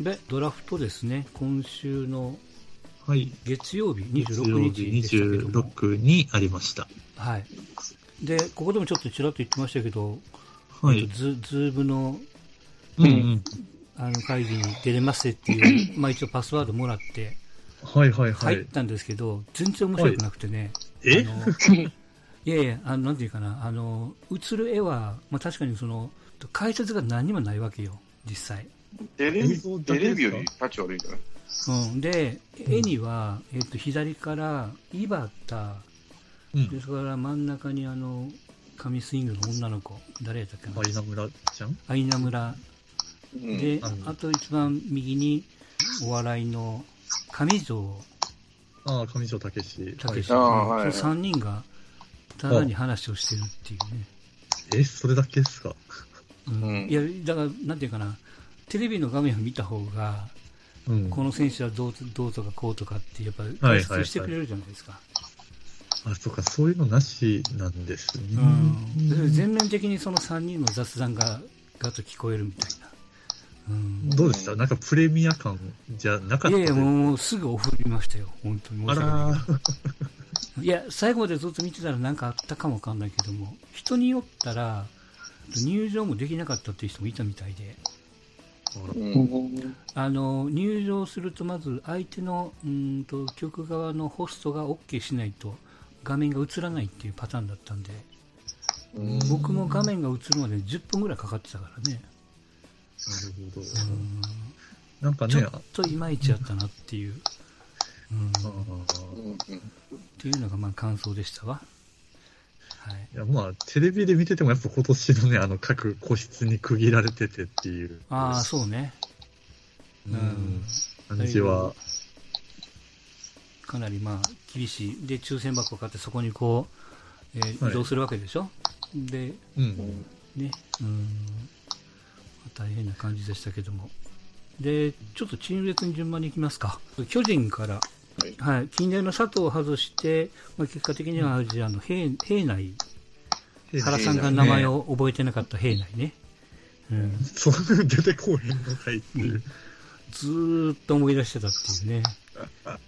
で、ドラフトですね、今週のはい。月曜日月曜26日日でしたけども、 26にありました。はい。で、ここでもちょっとちらっと言ってましたけど、はえっいと。ズズームのうんうん。あの会議に出れますって いう、まあ一応パスワードもらってはいはいは入っい。たんですけど、全然面白くなくてね、えあの いやいや、あのなんていうかな、あの映る絵は、まあ、確かにその解説が何にもないわけよ、実際。テレ映像ビ、だテけですレかビより立ち悪いんじゃないうん、で、絵には、えっと、左からイバタ、うんで。それから真ん中にあの紙スイングの女の子、誰やったっけな、マリナ村ちゃんアイナ村、うんで、あのあと一番右にお笑いの上条ああ、上条武史。は武い史、ああはいその3人がただに話をしてるっていうね。え、それだけですかうんうんいや、だから、なんていうかな、テレビの画面を見た方が、うん。こあ、の選手はどうどうとかこうとかって、やっぱりは解い説してくれるじゃないですか。そっか、そういうのなしなんですね。うんで全面的にその3人の雑談がガッと聞こえるみたいな。うんどうでしたなんかプレミア感じゃなかっいたやでいすや、もうすぐオフりましたよ、本当に申あし訳らなー、い。いや、最後までずっと見てたらなんかあったかもわかんないけども、人によったら、入場もできなかったっていう人もいたみたいで、あらうんあの入場するとまず相手のうーんと局側のホストが OK しないと画面が映らないっていうパターンだったんでうん僕も画面が映るまで10分ぐらいかかってたからねなるほど。うんなんかちょね、あっといまいちやったなっていう、うん、あっーうんていうのがまあ感想でしたわ、はい、いやまあ、テレビで見ててもやっぱ今年のね、あの、各個室に区切られててっていう。ああそうねううんん。感じは、かなりまあ厳しいで抽選箱を買ってそこにこう、えーはい移動するわけでしょ、でうん。ね、うん、大変な感じでしたけども。で、ちょっとチーム別に順番に行きますか。巨人から、はいはい、近代の佐藤を外して、まあ、結果的にはアジアの平平内、原さんが名前を覚えてなかった平内ね。うん、そう、出てこうへんのかいっていう。ずーっと思い出してたっていうね。うんまあ、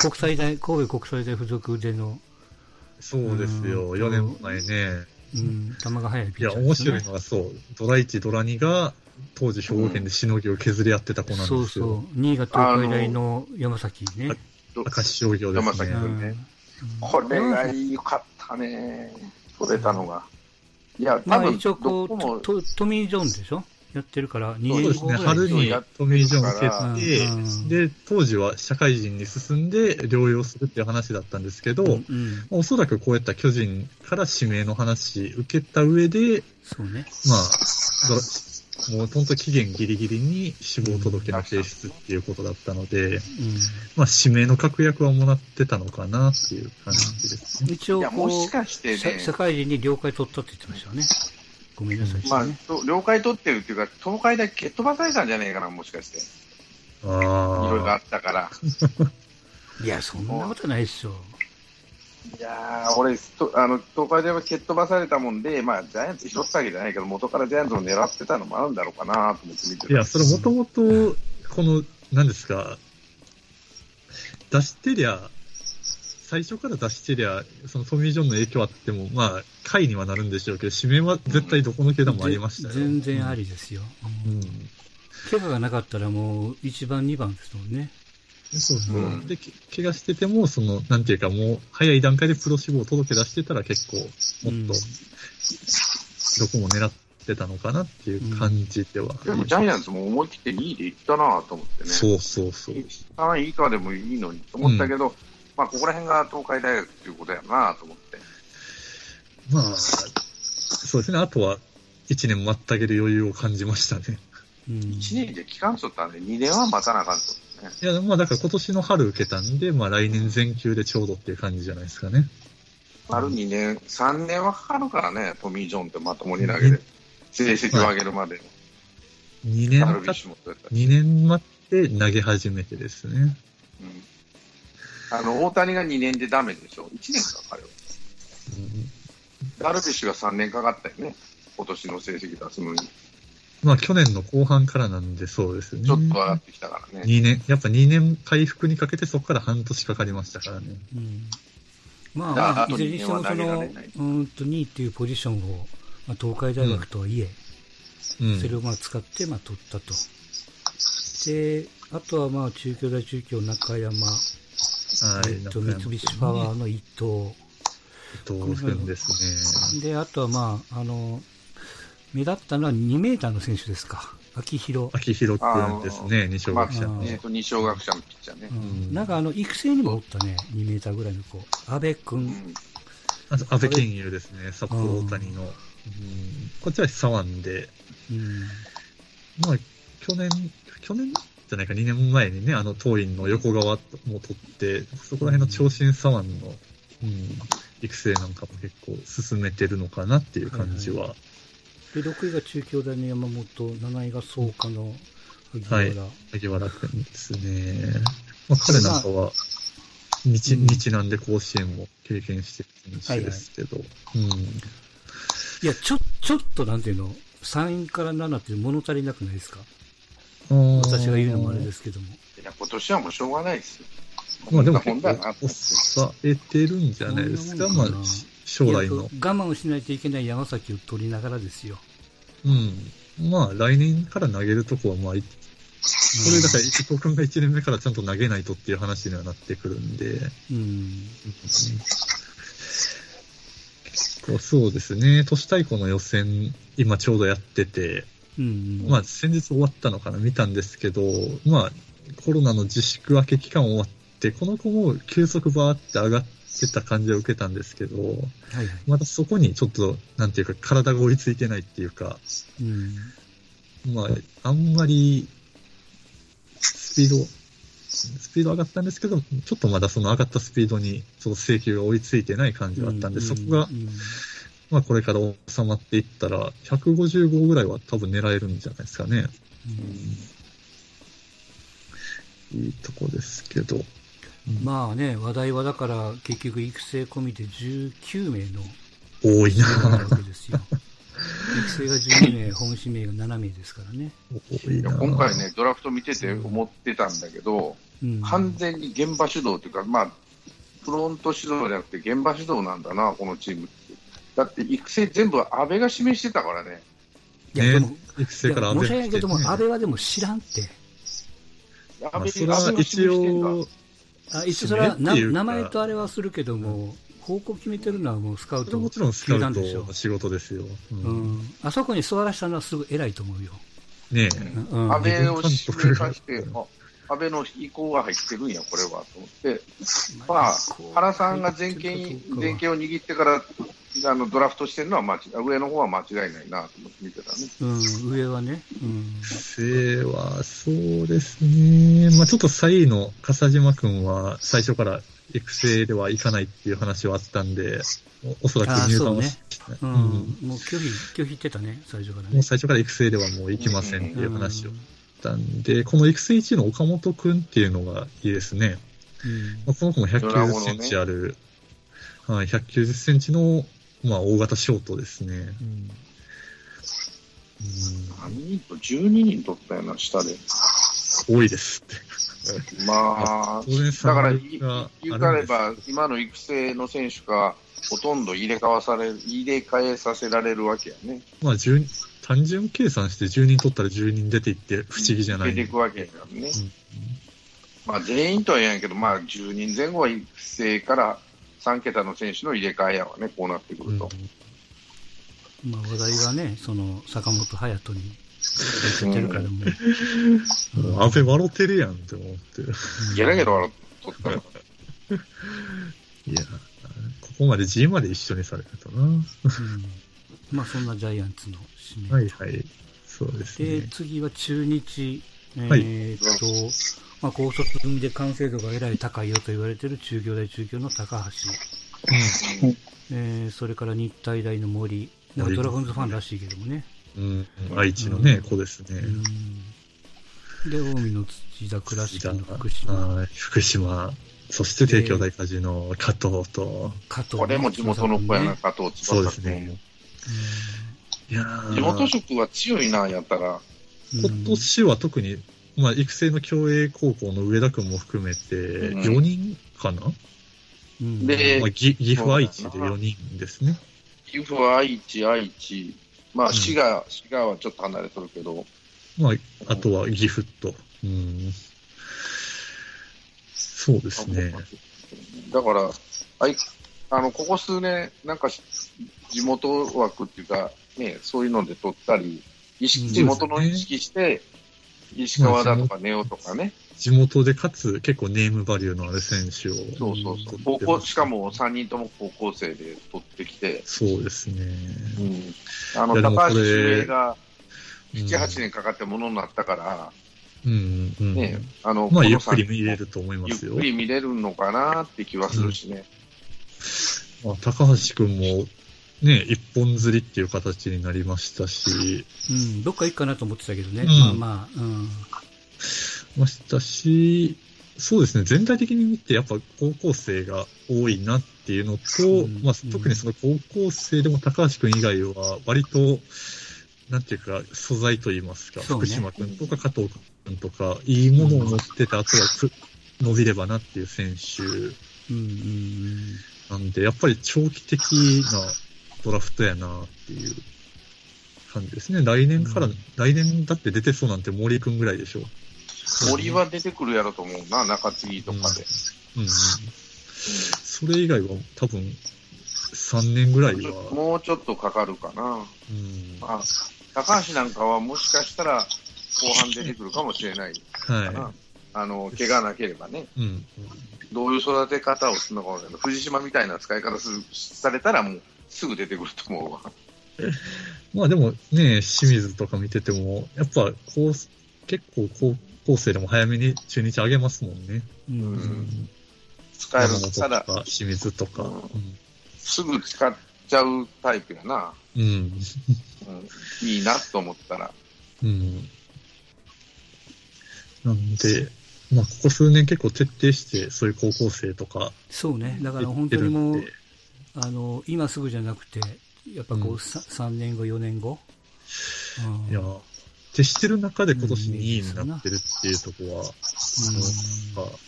国際大、神戸国際大附属での、そうですよ、うん4年前ね。うん、球が速いピッいチャや、ー面ですよ白ねいのがそう、ドラ1、ドラ2が、当時兵庫県でしのぎを削り合ってた子なんそうですそよ。う、新潟東海大の山崎ね。ど明石商業です山ね崎。君ねこれが良かったね、取れたのが。いや、ま多あ分一応こどうこも、ト、トトミー・ジョンでしょやってるから、2そう年です後ね、ぐらい春にトミー・ジョンを受うんうんけて、で、当時は社会人に進んで療養するっていう話だったんですけど、うんうん、おそらくこういった巨人から指名の話受けた上で、そうね。まあ、ドラもう本当期限ギリギリに死亡届の提出っていうことだったので、うまあ指名の確約はもらってたのかなっていう感じですね。ん、一応いや、こもしう、かして社ね、社会人に了解取ったって言ってましたよね。ごめんなさい、まあね。、と了解取ってるっていうか、東海大蹴っ飛ばされたんじゃねえかな、もしかして。いあろいろああ。ったから。いや、そんなことないっしょ。いやー、俺、とあの東海大は蹴っ飛ばされたもんで、まあ、ジャイアンツ一つだけじゃないけど、元からジャイアンツを狙ってたのもあるんだろうかなと思って見ていた。や、それもともと、この、何ですか、出してりゃ、最初から出してりゃ、そのトミー・ジョンの影響あっても、まあ、回にはなるんでしょうけど、指名は絶対どこの球団もありましたよ。ぜ全然ありですよ。う。うんうんん怪我がなかったらもう1番、2番ですもんね。そうそう。うんで、け怪我してても、その、なんていうか、もう、早い段階でプロ志望を届け出してたら結構、もっと、うんどこも狙ってたのかなっていう感じではあります、でも、ジャイアンツも思い切って2位で行ったなと思ってね。そうそうそう。 3位以下でもいいのにと思ったけど、まあ、ここら辺が東海大学っていうことやなと思って。まあ、そうですね。あとは、一年待ってあげる余裕を感じましたね。うん、 1年で期間取ったんで、2年は待たなあかんと。いや、まあ、だから今年の春受けたんで、まあ、来年全休でちょうどっていう感じじゃないですかね。丸2年、3年はかかるからね、トミー・ジョンってまともに投げる。成績を上げるまで。 2年ダルビたッっシュもそうやったし二年待って投げ始めてですね。うんあの、大谷が2年でダメでしょ。1年かかるよ。ダルビッシュが3年かかったよね。今年の成績出すのに。まあ去年の後半からなんでそうですよね。ちょっと上がってきたからね。 2年、やっぱ2年回復にかけてそこから半年かかりましたからね。うんまあ、だからまああといずれにしてもそ二年はの、う投げられないーんと2位というポジションを、まあ、東海大学とはいえ、うん。それをまあ使ってまあ取ったと。で、あとはまあ中京大中京中山、はい。えっと、中三山菱パワーの伊藤、伊藤君ですね。で、あとはまあ、あの、目立ったのは2メーターの選手ですか。秋広。秋広君ですね、二小学者まのあ。えっと、二小学者のピッチャーねう。んうんなんかあの、育成にもおったね。2メーターぐらいの子。安部く。うんん。あと、安倍健優ですね、札幌大谷の。うんこっちは左腕で、うん。まあ、去年、去年じゃないか、2年前にね、あの、当院の横側も取って、そこら辺の長身左腕の、うん、育成なんかも結構進めてるのかなっていう感じは。で、6位が中京大の山本、7位が草加の萩は原。い萩原くんですね。まあ、彼なんかは、日、うん日なんで甲子園も経験してる選手ですけど、うん。。いや、ちょ、ちょっとなんていうの、3位から7って物足りなくないですか私が言うのもあれですすけども。いや、今年はもうしょうがないですよ。まあでも、こんなもんだなって抑えてるんじゃないですか、こんなもまあんかな、将来のい。や我慢をしないといけない山崎を取りながらですよ。うん。まあ、来年から投げるとこは、まあ、これだから、伊藤君が1年目からちゃんと投げないとっていう話にはなってくるんで、うん。結構そうですね、都市対抗の予選、今ちょうどやってて、うん。まあ、先日終わったのかな、見たんですけど、まあ、コロナの自粛明け期間終わって、この子も急速バーって上がってた感じを受けたんですけど、はいはい。またそこにちょっと、なんていうか、体が追いついてないっていうか、うん。まあ、あんまり、スピード、スピード上がったんですけど、ちょっとまだその上がったスピードに、その制球が追いついてない感じがあったんで、そこがう、んまあこれから収まっていったら、155ぐらいは多分狙えるんじゃないですかね。いいとこですけど。まあね、話題はだから、結局育成込みで19名の多いななるわけですよ。育成が12名、本指名が7名ですからね。多いいやな今回ね、ドラフト見てて思ってたんだけど、うん。完全に現場主導というか、まあ、フロント指導じゃなくて現場主導なんだな、このチームって。だって育成全部安倍が示してたからね。いや、でも、ね育い成やから申し訳ないけども、安安倍倍はでも知らんって。安まあ倍それは一応、あ一応それは指名なっていうか名前とあれはするけども、方向決めてるのはもうスカウそれはトもちろんスカウト球団でしょの仕事ですよ。ううんん、あそこに座らしたのはすぐ偉いと思うよ、ねうえんうん、安倍を指名化し監て督、あ安倍の意向が入ってるんや、これはと思って、ままあ、原さんが全権全権を握ってからあのドラフトしてるのは間違上の方は間違いないなと思って見てたね。うん、上はね、うん、生は、そうですね。まあちょっと3位の笠島くんは、最初から育成では行かないっていう話はあったんで、おおそらあくー入そ団うはねしない。うんうんもう拒否拒否ってたね、最初からもねう。最初から育成ではもう行きませんっていう話をうんしたんで、この育成1位の岡本くんっていうのがいいですね。うんまあこの子も190センチある、はい、190センチの、まあ、大型ショートですね。うん何人と12人取ったような、下で。多いですって。まあ、当然だから差額が言うあかるんれですば、今の育成の選手がほとんど入れ替わされ、入れ替えさせられるわけやね。まあ、10単純計算して10人取ったら10人出ていって不思議じゃない。出ていくわけやからね。うんまあ、全員とは言えんけど、まあ、10人前後は育成から3桁の選手の入れ替えやわね、こうなってくると。まあ、話題がね、その坂本勇人に行っちゃってるからもう、うんもう安倍笑ってるやんって思って。いやだけど、あの取ったら。いや、ここまで G まで一緒にされたとな。うんまあ、そんなジャイアンツの指名はいはい。そうですで、ね。次は中日、えはいーっと、まあ、高卒組で完成度がえらい高いよと言われている中京大中京の高橋、えーそれから日体大の森、なんかドラゴンズファンらしいけどもね、うん、愛知のね、子ですね。うんで、近江の土田、倉敷の福島、はい福島。そして帝京大火事の加藤と、加藤、これも地元の子やな、ね加藤そうで翼す君ねも。。いいやー地元色は強いな、やったら。今年は特に、まあ、育成の共栄高校の上田君も含めて、うん4人かな、うんでまあ、ぎ岐そう阜、だな愛知で4人ですね。岐阜は愛知、愛知。まうあ、ん滋賀、滋賀はちょっと離れとるけど。まあ、あとは岐阜と。うん。そうですね。だから、あいあのここ数年、なんかし地元枠っていうか、ね、そういうので取ったり、意識うん地元の意識して、石川だとかネオとかね、地元でかつ結構ネームバリューのある選手を。、そうそうそううん高校、しかも3人とも高校生で取ってきて、そうですね。うん、あのいやでもこれ高橋周平がうん7、8年かかってものになったから、うんうん。ね、あまの、あ、このゆっくり三見れると思いまゆっすよく。り見れるのかなって気はするしね。まあ、高橋君も、ね、一本釣りっていう形になりましたし、うん、どっか行くかなと思ってたけどね、うんまあまあ、うん、ましたし、そうですね、全体的に見て、やっぱ高校生が多いなっていうのと、うんまうんあ、特にその高校生でも高橋君以外は、割と、なんていうか、素材といいますか、そうね福島君とか加藤君とか、いいものを持ってて、あとはく伸びればなっていう選手うん、うん、なんで、やっぱり長期的なドラフトやなっていう感じですね。来年から、うん来年だって出てそうなんて森くんぐらいでしょう。森は出てくるやろと思うな、中継ぎとかで。うんうん。それ以外は多分3年ぐらいは、もうちょっとかかるかな。うん、はまあ、高橋なんかはもしかしたら後半出てくるかもしれないかな。あの、怪我なければね。い。うん。どういう育て方をするのかわからない。藤島みたいな使い方するされたらもうすぐ出てくると思うわ。まあでもね、清水とか見てても、やっぱこう、結構高校生でも早めに中日上げますもんね。うん、ううんん。使える山の本とたらか清水とか。うんすぐ使っちゃうタイプやな。うん。うん、いいなと思ったら。うん。なんで、まあ、ここ数年結構徹底して、そういう高校生とかそうね、だから言っ本て当るにんもうで、、あの今すぐじゃなくて、やっぱこうう、んさ三3年後、4年後、うんいや、徹してる中で今年2位になってるっていうとこうんは、なんか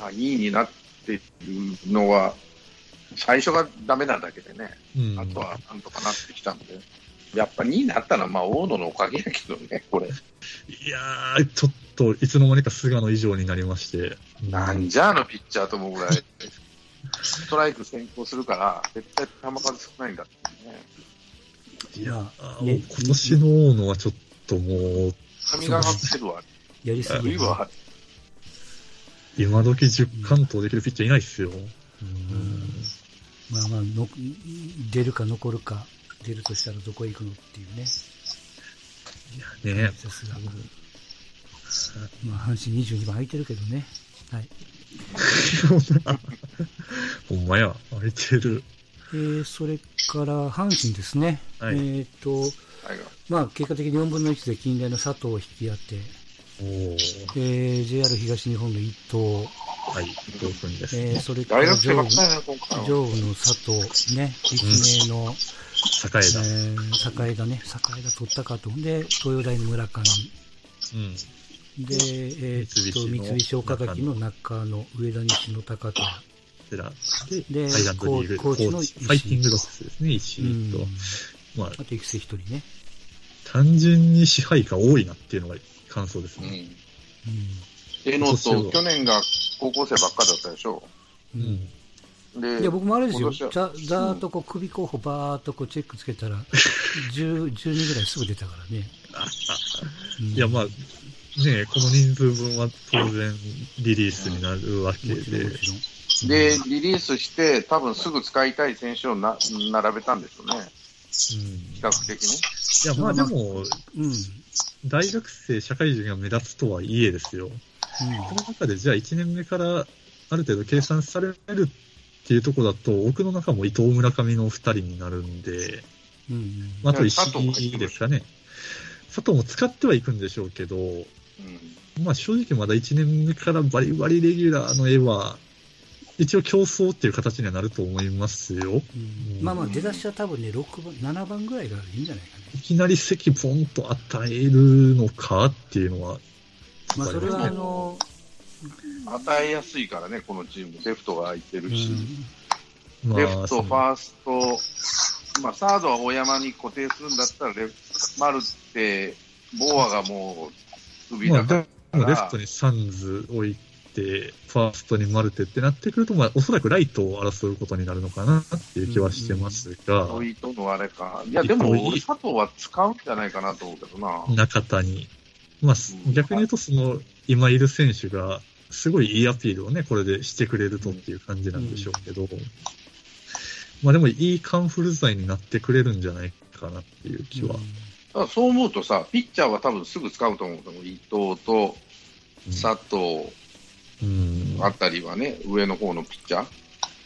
まあ、2位になってるのは、最初がダメなだけでね。うん、あとはなんとかなってきたんで、やっぱ2位になったのはまあ大野のおかげやけどね、これ。いやー、ちょっと、いつの間にか菅野以上になりまして。なんじゃあのピッチャーと思うぐらい、ストライク先行するから、絶対球数少ないんだってね。いやー、ね今年の大野はちょっともう、神がかってるわ、やりすあぎるやいは、今時10完投できるピッチャーいないっすよ。うんまあまあの、出るか残るか、出るとしたらどこへ行くのっていうね、いやね、さすが、まあ、阪神22番空いてるけどね、はいほんまや、空いてる。えー、それから阪神ですね、はいえっ、と、タイガーまあ、結果的に4分の1で近代の佐藤を引き当て、おお、えー、JR 東日本の伊藤、はい、伊藤君です。えー、それか大ら学生上ば部っかりだな、今回は。上部の佐藤、ね、立命の、栄え田。ー、栄田ね、栄田取ったかと。で、東洋大の村上。うん。で、えーっと、三三菱菱の岡崎の中野、上田西の高田。セラで、でアイランドリーグ、コーチコーチのコー石井チファイティングドッグスですね、う石井んと。。まあ、あと育成一人ね。単純に支配下多いなっていうのが感想ですうね。ん。うえのと、去年が高校生ばっかりだったでしょ。ん。うん。で、いや、僕もあれですよ今年は。ざ、ざーっとこう、首候補ばーっとこう、チェックつけたら、10、12ぐらいすぐ出たからね。うんいや、まあ、ねえこの人数分は当然リリースになるわけもちろん、でも。ちろん。で、リリースして、多分すぐ使いたい選手をな並べたんでしょうね、うん比い較的ね。や、まあでも、うん。うん。大学生、社会人が目立つとはいえですよ。この中で、じゃあ1年目からある程度計算されるっていうところだと、奥の中も伊藤、村上のお二人になるんで、うんうん。まあ、あと石井ですかね。佐藤も使ってはいくんでしょうけど、うんまあ正直まだ1年目からバリバリレギュラーの絵は一応競争っていう形にはなると思いますよ。うんまあまあ、出だしは多分ね、6番、7番ぐらいがいいんじゃないかね。いきなり席ボンと与えるのかっていうのは、まあ、それはあの、与えやすいからね、このチーム。レフトが空いてうるし。ん、まあ、レフそト、のファースト、まあ、サードは大山に固定するんだったらレフ、丸って、ボアがもう、首まだあ、からで、もレフトにサンズ置いて、ファーストにマルテってなってくると、まあ、おそらくライトを争うことになるのかなっていう気はしてますが、糸井とのあれか。いや、でも、糸井俺佐藤は使うんじゃないかなと思うけどな。中田に。まあ、す逆に言うと、その、今いる選手が、すごいいいアピールをね、これでしてくれるとっていう感じなんでしょうけど、まあでも、いいカンフル剤になってくれるんじゃないかなっていう気は。ただそう思うとさ、ピッチャーは多分すぐ使うと思うけど、伊藤と佐藤うん。あたりはね、上の方のピッチャー、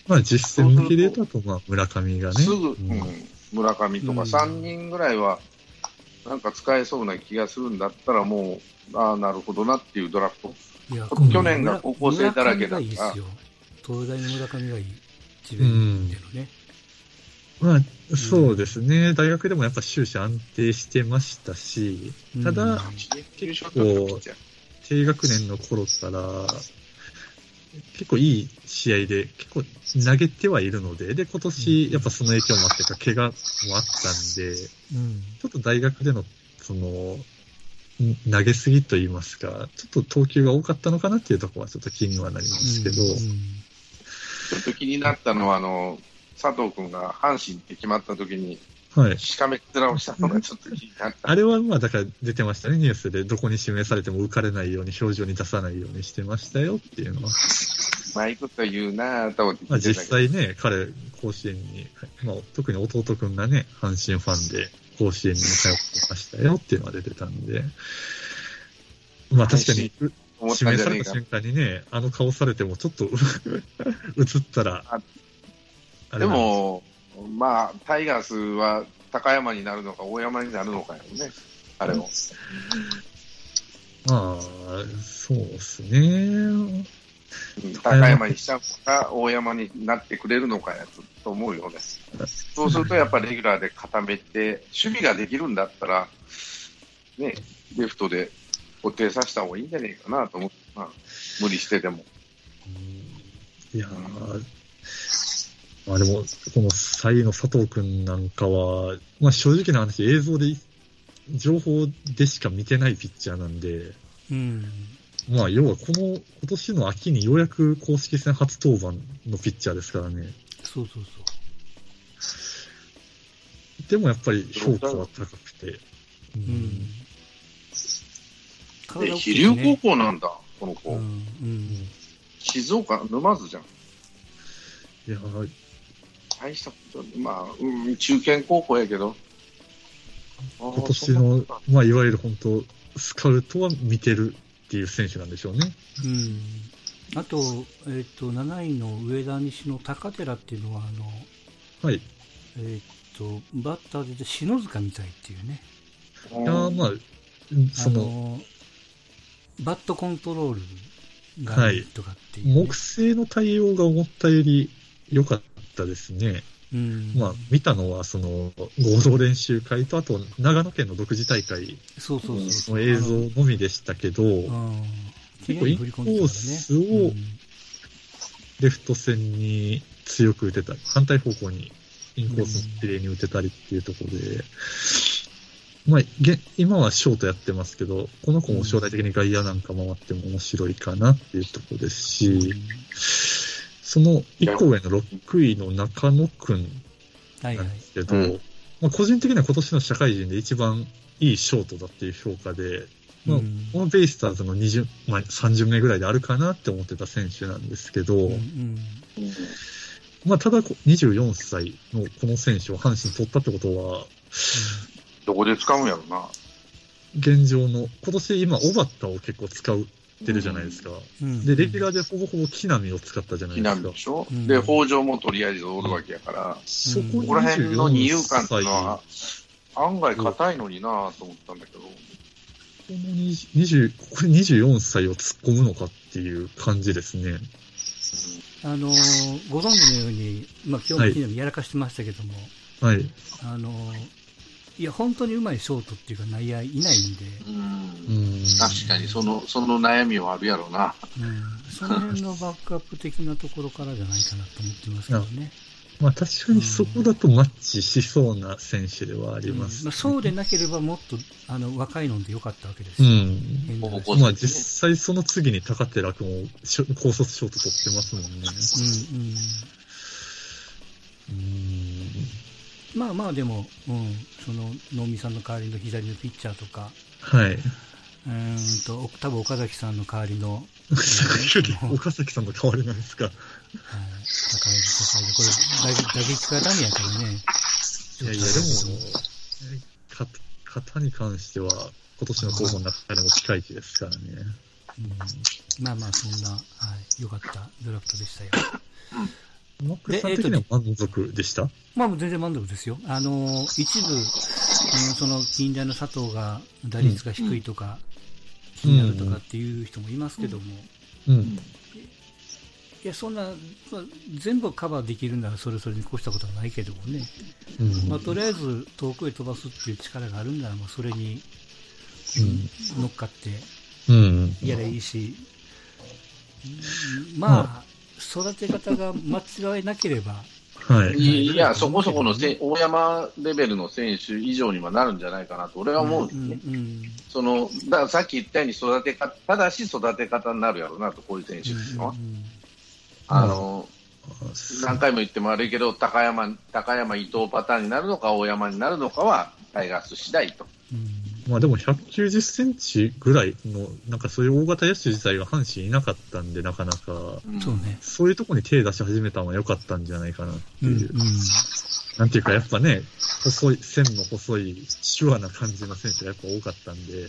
まあ、実践向きで言うと、まあ、村上がね。すぐ、ううんん、村上とかうん3人ぐらいは、なんか使えそうな気がするんだったら、もう、ああ、なるほどなっていうドラフト。いや去年が高校生だらけ村だ上がったいいですよ。東大の村上がいい。智う弁んで。のね。まあ、そうですね。大学でもやっぱ終始安定してましたし、うんただ、 9勝取ったピッチャー。低学年の頃から、結構いい試合で、結構投げてはいるので、で、今うん年、やっぱその影響もあってか、怪我もあったんで、ちうん。ょっと大学での、その、ん投げすぎと言いますか、ちょっと投球が多かったのかなっていうところはちょっと気にはなりますけど、うちょっと気になったのは、あの、佐藤君が阪神って決まった時に、はい。しかめっ面をしたのがちょっと気になった。あれは、まあ、だから出てましたね、ニュースで。どこに指名されても浮かれないように、表情に出さないようにしてましたよっていうのは。まあ、いいこと言うなぁと思ってまあ、聞いて実たけど際ね、彼、甲子園に、まあ、特に弟くんがね、阪神ファンで、甲子園に通ってましたよっていうのが出てたんで、まあ確かに、思っ指た名さんじゃねれえたか。瞬間にね、あの顔されても、ちょっと、 映ったらあ、あれでなんす、も、まあ、タイガースは高山になるのか、大山になるのかよね、あれも。まあ、そうですね。うん高山にしちゃうのか、大山になってくれるのかやとと思うよね。そうすると、やっぱレギュラーで固めて、守備ができるんだったら、ね、レフトで固定させた方がいいんじゃねえかなと思って、まあ、無理してでも。いやーまあでも、この際の佐藤くんなんかは、まあ正直な話、映像で、情報でしか見てないピッチャーなんで、ん。うん。まあ要はこの、今年の秋にようやく公式戦初登板のピッチャーですからね。そうそうそう。でもやっぱり評価は高くて。ううんん。で、体大きいです飛龍ね高校なんだ、この子。うん。うん。静岡、沼津じゃん。いやー大したことないまあ、うん、中堅高校やけど。今今年の、まあいわゆる本当、スカウトは見てるっていう選手なんでしょうね。うん。あと、えっ、と、7位の上田西の高寺っていうのは、あの、はい。いえっ、と、バッターで言うと篠塚みたいっていうね。やーまあ、そあの、の、バットコントロールがはいいいとかっていうね、木製の対応が思ったより良かったですね。うん。まあ、見たのは、その、合同練習会と、あと、長野県の独自大会そうそうそうそう。の映像のみでしたけど、うん。結構インコース綺麗に振り込んをでたからねうんレフト線に強く打てたり、反対方向にインコースに綺麗に打てたりっていうところで、まあ、げ今はショートやってますけど、この子も将来的に外野なんか回っても面白いかなっていうところですし、その1個上の6位の中野くんはいはないん。ですけど、はいはいうんまあ、個人的には今年の社会人で一番いいショートだっていう評価で、まあうんこのベイスターズの20、まあ、30名ぐらいであるかなって思ってた選手なんですけど、うんうんまあ、ただこ24歳のこの選手を阪神取ったってことは、どこで使うんやろな。現状の、今年今、オバッタを結構使ってるじゃないですか。うんで、レギュラーでほぼほぼ木浪を使ったじゃない避で難すかで。しょ、うんで、北条もとりあえずおるわけやから、そこうんここら辺の二遊24間ってい歳うのは、案外硬いのになぁと思ったんだけど、この20 20ここに24歳を突っ込むのかっていう感じですね。あのーご存知のように、まあ、今日も金曜日やらかしてましたけども、はい。あのーいや、本当にうまいショートっていうか内野いないんで、うん。ん確かに、その、その悩みはあるやろうな。うん、その辺のバックアップ的なところからじゃないかなと思ってますけどね。まあ確かにそこだとマッチしそうな選手ではありうんままあ、す。そうでなければもっとあの若いのでよかったわけですうよ。ん。変な話ここまあ実際その次に高寺君もしょ高卒ショート取ってますもんうんね。うんうん。まあまあでも、うん、その能見さんの代わりの左のピッチャーとか、はい。うーんと多分岡崎さんの代わりの、うん岡崎さんの代わりなんですか。はい、高い高いこれ打撃打撃がダメやからね。いやいや、でも、か型に関しては、今年の候補の中でも近い気ですからね。うん、まあまあそんな、はい、良かったドラフトでしたよ。マックスさん的には満足でした、 まあもう全然満足ですよ。あの、一部、うん、その近代の佐藤が打率が低いとか、気になるとかっていう人もいますけども、うん。いや、そんな、まあ、全部カバーできるならそれそれに越したことはないけどもね、うん。まあ、とりあえず遠くへ飛ばすっていう力があるんなら、まあ、それに乗っかってうん。うん。やればいいし、うんまあ、育て方が間違いなければ、はい。いいや、そこそこのせ、大山レベルの選手以上にはなるんじゃないかなと、俺は思うんですうね。んうんその、だからさっき言ったように育て方、ただし育て方になるやろうなと、こういう選手っていうのは。あの、何回も言っても悪いけど、高山、高山伊藤パターンになるのか、大山になるのかは、タイガース次第と。うんまあでも190センチぐらいの、なんかそういう大型野手自体が阪神いなかったんで、なかなか、そうね。そういうとこに手出し始めたのは良かったんじゃないかなってうんいう。なんていうか、やっぱね、細い、線の細い、手話な感じの選手がやっぱ多かったんで、や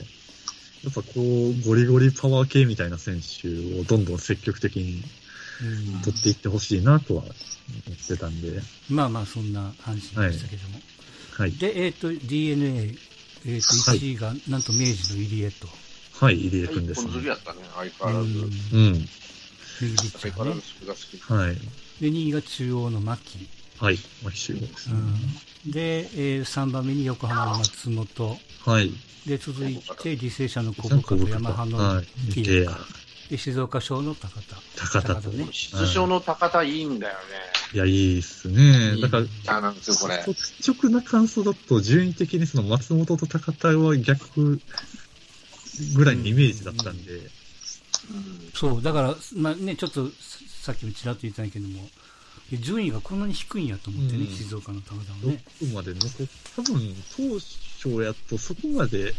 っぱこう、ゴリゴリパワー系みたいな選手をどんどん積極的にうん取っていってほしいなとは思ってたんで、まあまあ、そんな阪神でしたけども。はい。で、えっ、と、DNA、えっ、と、はい1位が、なんと明治の入江と、はい、入江君で一す本釣りね。やったね、相う変わらずん。うん。右ピッチャ相変ーわらねず。それが好き。はい。で、2位が中央の牧。はい。牧秀悟ですうね。ん。で、え3番目に横浜の松本。はい。で、続いて、履正社の小なん深かと僕山葉はのい。木池谷、で、静岡省の高田。高田高と田。ね出場の高田いいんだよいや、いいっすね。ね。だからいい、ピッチャーなんですよ、これ。率直な感想だと、順位的にその松本と高田は逆ぐらいのイメージだったんで、うんそう、だから、まあね、ちょっと、さっきもちらっと言ったんやけども、順位がこんなに低いんやと思ってね、うん静岡の高田はどね。こまで残っ多分当初やとそこまで、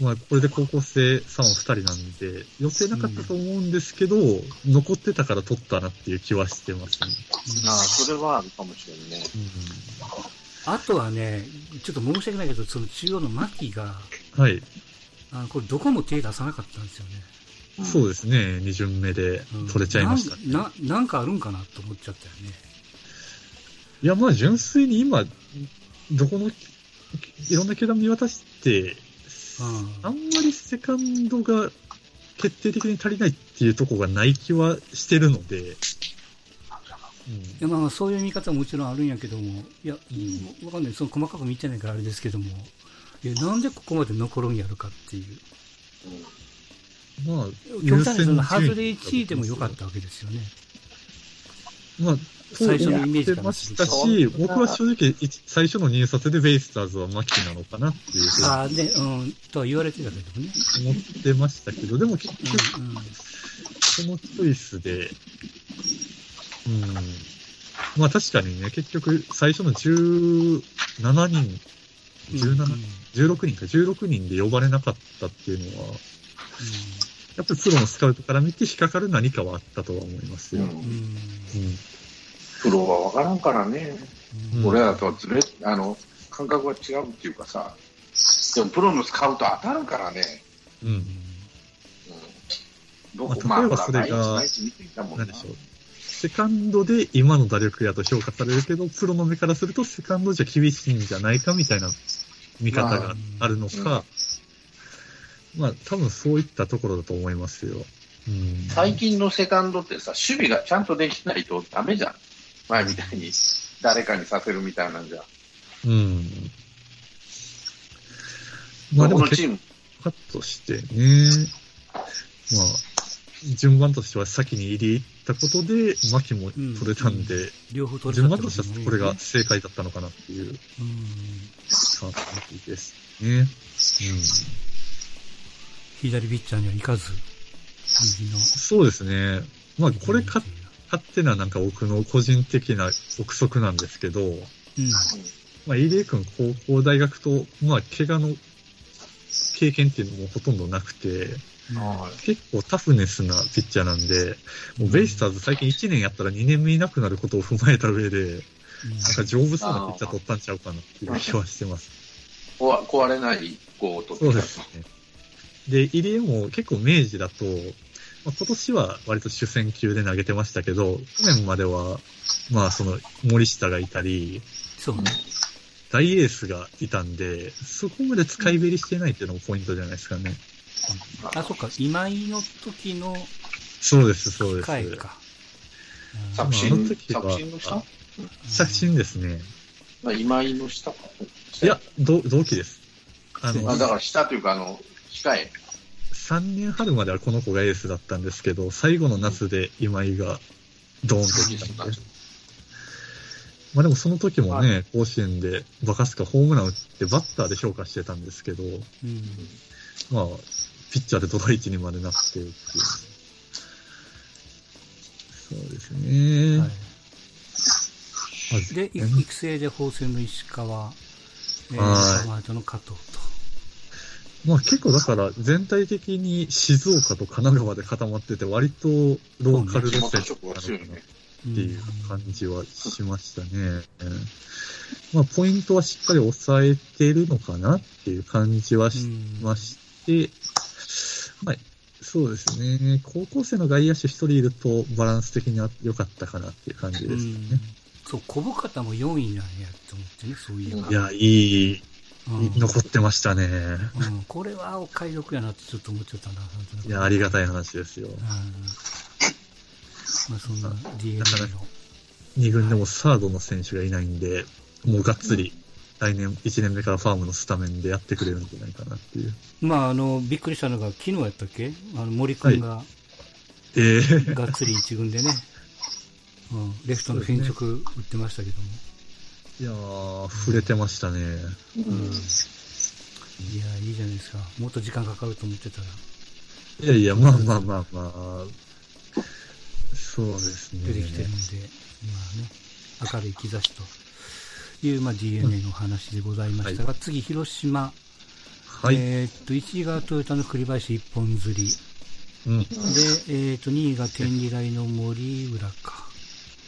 まあこれで高校生さんは2人なんで、予定なかったと思うんですけど、残ってたから取ったなっていう気はしてますね。なあ、それはあるかもしれんね。あとはね、ちょっと申し訳ないけど、その中央の牧が、はい、あのこれどこも手出さなかったんですよね。うんそうですね、2巡目でうん取れちゃいましたね。なななんかあるんかなと思っちゃったよね。いや、まあ、純粋に今、どこの、いろんな球団見渡して、あんまりセカンドが決定的に足りないっていうところがない気はしてるので、うんいやまあまあそういう見方ももちろんあるんやけども、いや、わかんない、その細かく見てないからあれですけども、いやなんでここまで残るんやるかっていう。うんまあ、極端にその外れ1 1位でもよかったわけですよね。まあ、そ最う初のイメージ思ってからますしるとたし、僕は正直、一最初の入札でベイスターズはマキなのかなっていうふうにああ、ね、うん、とは言われてたけどね。思ってましたけど、でも結局、うんうんそのチョイスで、うん。まあ確かにね、結局最初の17人、17、うんうん16人か、16人で呼ばれなかったっていうのは、やっぱりプロのスカウトから見て引っかかる何かはあったとは思いますよ。うんプロは分からんからね、うんうん俺らとはずれあの感覚が違うっていうかさ、でもプロのスカウト当たるからね、うん。うんうん、どこ、ままああ、例えばほそれがら毎日毎日見ていたもんななんでしょう。セカンドで今の打力やと評価されるけど、プロの目からするとセカンドじゃ厳しいんじゃないかみたいな見方があるのか、まあ、多分そういったところだと思いますよ。ううん最近のセカンドってさ、守備がちゃんとできないとダメじゃん。前みたいに誰かにさせるみたいなんじゃ。うん。まあでどこもの結チーム、果としてね、まあ、順番としては先に入り行ったことで、牧も取れたんで、両方取れ順たっ番てこととしてはですねこれが正解だったのかなっていううん感じですね。うん。左ピッチャーには行かず、右の。そうですね。まあ、これ勝勝手ななんか僕の個人的な憶測なんですけど、うん。まあ、入江君高校大学と、まあ、怪我の経験っていうのもほとんどなくて、は結構タフネスなピッチャーなんで、もうベイスターズ最近1年やったら2年目いなくなることを踏まえた上で、なんか丈夫そうなピッチャー取ったんちゃうかなっていう気はしてます。いこわ壊れないゴーと。そうですね。で、入江も結構明治だと、まあ、今年は割と主戦級で投げてましたけど、去年までは、まあその森下がいたり、そうね。大エースがいたんで、そこまで使いべりしてないっていうのもポイントじゃないですかね。あ、そっか、今井の時のそうです、そうです。回か。作まああ新の時は作新の下写真ですね。まあ今井の下か。いや、ど同期です。あの、あだから下というか、あの、控え。 3年春まではこの子がエースだったんですけど、最後の夏で今井がドーンと来たんで。まあでもその時もね、甲子園でバカスカホームラン打ってバッターで評価してたんですけど、うん。まあ、ピッチャーでドラ1にまでなってっていう。そうですね。はまいずで、いうん育成で法政の石川、えー、はいマートの加藤と。まあ結構だから全体的に静岡と神奈川で固まってて割とローカル地路元線色が強いね。うんっていう感じはしましたね。まあ、ポイントはしっかり抑えてるのかなっていう感じはしうんまして、はい、そうですね。高校生の外野手一人いるとバランス的には良かったかなっていう感じうですね。ん。そう、小深田も4位なんやと思ってね、そういえば。いや、いい、うん残ってましたね。うん、これはお買い得やなってちょっと思っちゃったな、なんとなくいや、ありがたい話ですよ。うんまあそんな DNA の。二軍でもサードの選手がいないんで、もうがっつり来年、1年目からファームのスタメンでやってくれるんじゃないかなっていう。まああの、びっくりしたのが、昨日やったっけあの森君がえーがっつり一軍でね、うん、レフトの変直打ってましたけども。いやー、触れてましたね。うんいや、いいじゃないですか。もっと時間かかると思ってたら、いやいや、まあまあまあまあ。そうですね。出てきてるんで、まあね、明るい兆しという、まあ、DNA のお話でございましたが、次、広島。はい。えーっと、1位がトヨタの栗林一本釣り。うん。で、えー、と2位が天理大の森浦か、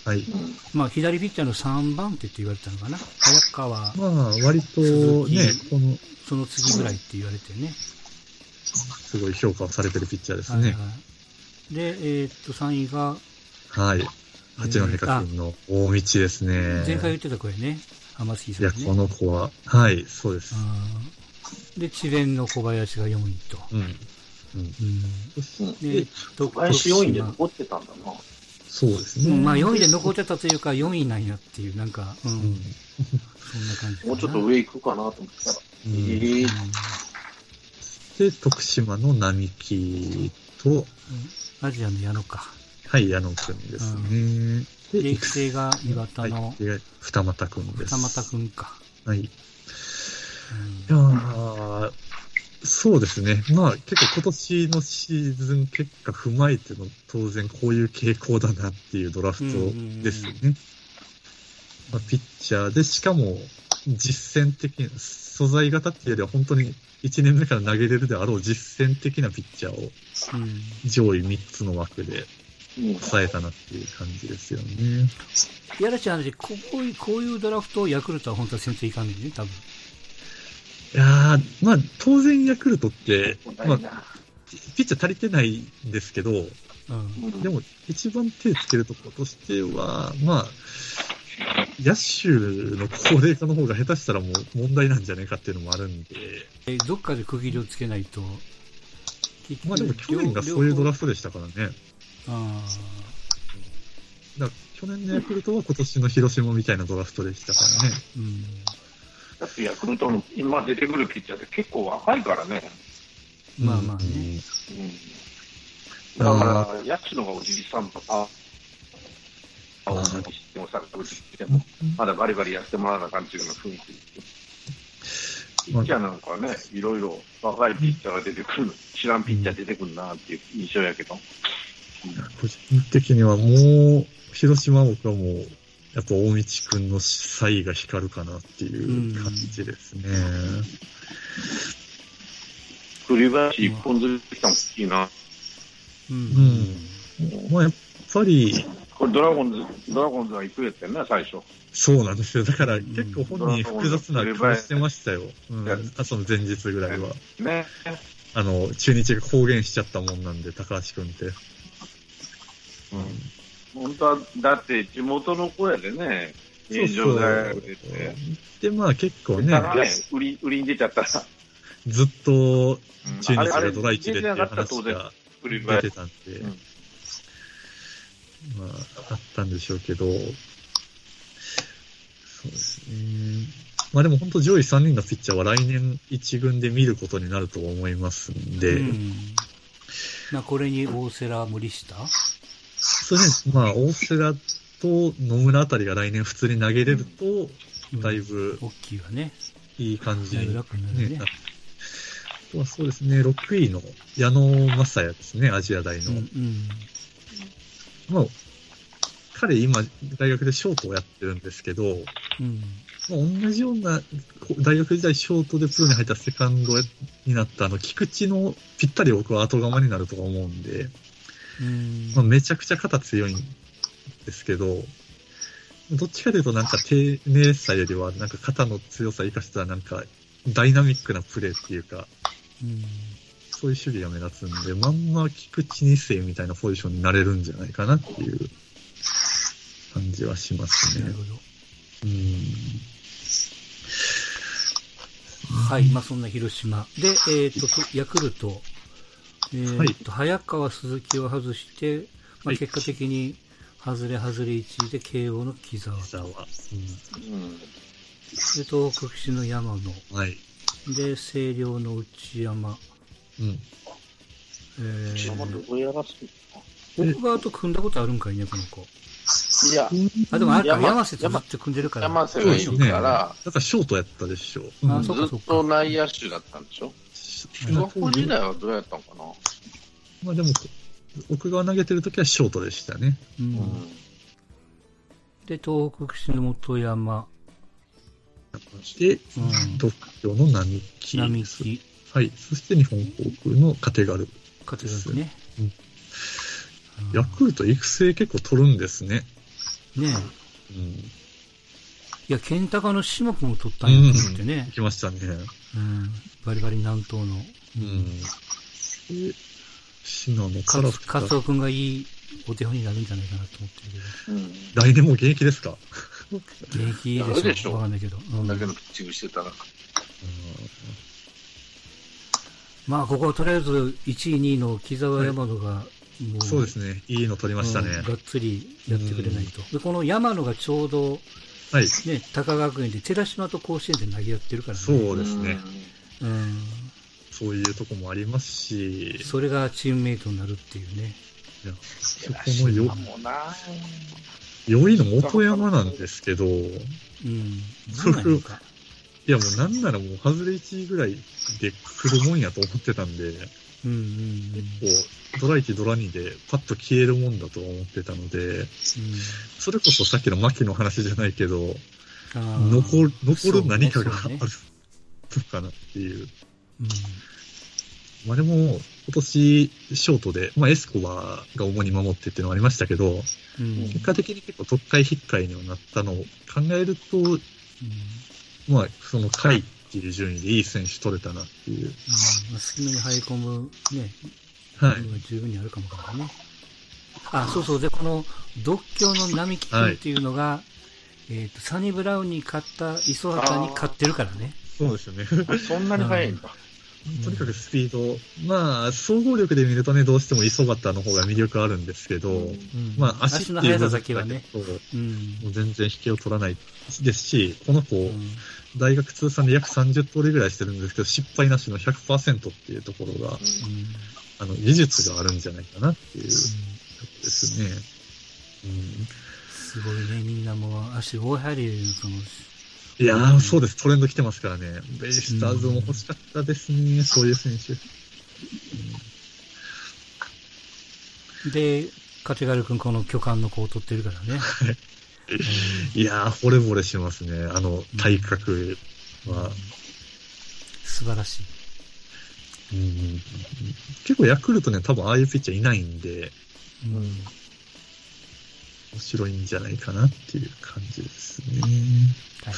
はい。まあ、左ピッチャーの3番手って言われてたのかな、早川、まあ、割とね鈴、木この、その次ぐらいって言われてね、すごい評価をされてるピッチャーですはいね。はいで、えー、と3位がはい。八戸学院の大道ですね。前回言ってた声ね、浜月いさんや、ねこの子は、はい、そうです。うんで智弁の小林が4位と、うん。ううん。んそしでで、と林4位で徳島残ってたんだな。そうですうね。んまあ、4位で残っちゃったというか、4位なんやっていう、なんか、うんうん。そんな感じかなもうちょっと上行くかなと思ったら。うんええで、徳島の並木と、うんアジアの矢野か、はい、矢野くんですね。で育成が岩田のはい、で二俣くんです。二俣君か。はい。いうんやーそうですね。まあ結構今年のシーズン結果踏まえての当然こういう傾向だなっていうドラフトですね。まあ、ピッチャーで、しかも実践的な、素材型っていうよりは本当に1年目から投げれるであろう実践的なピッチャーをうん上位3つの枠でうん抑えたなっていう感じですよね。いやらしい話、こういう、こういうドラフトをヤクルトは本当は先生いかんねんね、多分。いやー、まあ当然ヤクルトって、まなあいなピッチャー足りてないんですけど、うん。うんでも一番手つけるところとしては、まあ、野手の高齢化の方が下手したらもう問題なんじゃないかっていうのもあるんで、えどっかで区切りをつけないと、結まあでも去年がそういうドラフトでしたからね。両方あだから去年のヤクルトは今年の広島みたいなドラフトでしたからね。ーうん。だってヤクルトの今出てくるピッチャーって結構若いからね。まあまあね。うん、だから、野手の方がおじいさんとか、ああの、ーでもさ、でも、まだバリバリやってもらわなあかんっていうような雰囲気。ピッチャーなんかはね、いろいろ若いピッチャーが出てくる、知らんピッチャー出てくるなっていう印象やけど。個人的にはもう、広島は僕はもう、やっぱ大道くんの才が光るかなっていう感じですね。栗林一本ずつ来たの好きな。うん。まあやっぱり、これドラゴンズ、ドラゴンズが行くやったよね、最初。そうなんですよ。だから結構本人複雑な顔してましたよ。うん。あその前日ぐらいは。ね。あの、中日が公言しちゃったもんなんで、高橋くんって。うん本当は、だって地元の子やでね、炎上大学出て。で、まあ結構ねだ、からね、売り、売りに出ちゃったら、ずっと中日あれ、あがれ、ドラ1でっていうなかったら話当然、が売り出場てたんで、うんまあ、あったんでしょうけど、そうですね。まあでも本当上位3人のピッチャーは来年1軍で見ることになると思いますんで、うんまあ、これに大瀬良、森下、それで、まあ大瀬良と野村あたりが来年普通に投げれると、だいぶ大きいわね、いい感じだいぶに楽になるねねあ。とはそうですね、6位の矢野正也ですね、アジア大うの。んうんまあ、彼今、大学でショートをやってるんですけど、うんまあ、同じような、こう大学時代ショートでプロに入ったセカンドになった、あの、菊池のぴったり僕は後釜になるとか思うんで、うんまあ、めちゃくちゃ肩強いんですけど、どっちかというとなんか丁寧さよりは、なんか肩の強さ生かしたなんか、ダイナミックなプレーっていうか、うんそういう守備が目立つんで、まんま菊池二世みたいなポジションになれるんじゃないかなっていう感じはしますなるね。ほど。うん。はい、まあそんな広島。で、えっ、と、そヤクルト。えっ、と、早川、鈴木を外して、まはあい結果的に、外れ外れ1位で慶応の木沢ピザと。は。うんで、東北市の山野。うん。はい。で、星稜の内山。うん。えー山どこやらす奥川と組んだことあるんかいね、この子。いや、あ、でもあれか、山山瀬とずっと組んでるから。山瀬がいるかだら、からショートやったでしょ。うんあずそうかっと内野手だったんでしょ中学校時代はどうやったのかなまあでも、奥側投げてるときはショートでしたね。うんで、東北市の本山。で、うん東京の並木。並木。はい。そして日本航空のカテガル。勝てるねうん。うんヤクルト育成結構取るんですね。ねえ。うん。いや、ケンタカの下君も取ったんやと思ってね行。きましたね。うん。バリバリ南東の。うん。で、信濃のカカラツ、フカツオ君がいいお手本になるんじゃないかなと思ってるうん。来年も現役ですか、けど。現なる役ででししょょ。わかんないけど。ううんん。だけのピッチングしてたら。まあ、ここはとりあえず1位、2位の木沢山野が、もう、そうですね。いいの取りましたね。うんがっつりやってくれないと。で、この山野がちょうど、はい。ね、高学園で寺島と甲子園で投げ合ってるからね。そうですね。うん。そういうとこもありますし、それがチームメイトになるっていうね。いやうん。そこそのこよ、もな。良いの元山なんですけど、いうん。そうなんなん か。やもうなんならもう外れ1位ぐらいで来るもんやと思ってたんで、うんうんうん。こう、ドラ1、ドラ2でパッと消えるもんだと思ってたので、うそれこそさっきの牧の話じゃないけど、んあー残る、残そうるね何かがあそうるねのかなっていう。うんまあでも、今年、ショートで、まあエスコバーが主に守ってっていうのはありましたけど、うん結果的に結構特会引っかいにはなったのを考えると、うんうんまあ、その会っていう順位でいい選手取れたなっていう。まあ隙間に入り込む、ね、は部い。分が十分にあるかもわからね。あ、そうそう。で、この、独協の並木君っていうのが、えっ、と、サニブラウンに勝った、磯畑に勝ってるからね。そうですよね。そんなに早いんだ。とにかくスピード、まあ、総合力で見るとね、どうしても五十畑の方が魅力あるんですけど、うんまあ、足足っのていう速さ部分だだけけはね。そううん。もう全然引けを取らないですし、この子、うん大学通算で約30通りぐらいしてるんですけど、失敗なしの100%っていうところが、うんあの、技術があるんじゃないかなっていうことですね。うん、すごいね、みんなもう足大張りで、その、いやー、そうです。トレンド来てますからね。ベイスターズも欲しかったですね。そういう選手。で、カテガル君この巨漢の子を取ってるからね。うんいやー、惚れ惚れしますね。あの、体格は。素晴らしい。うん、結構ヤクルトね、多分ああいうピッチャーいないんで、うん面白いんじゃないかなっていう感じですね。はい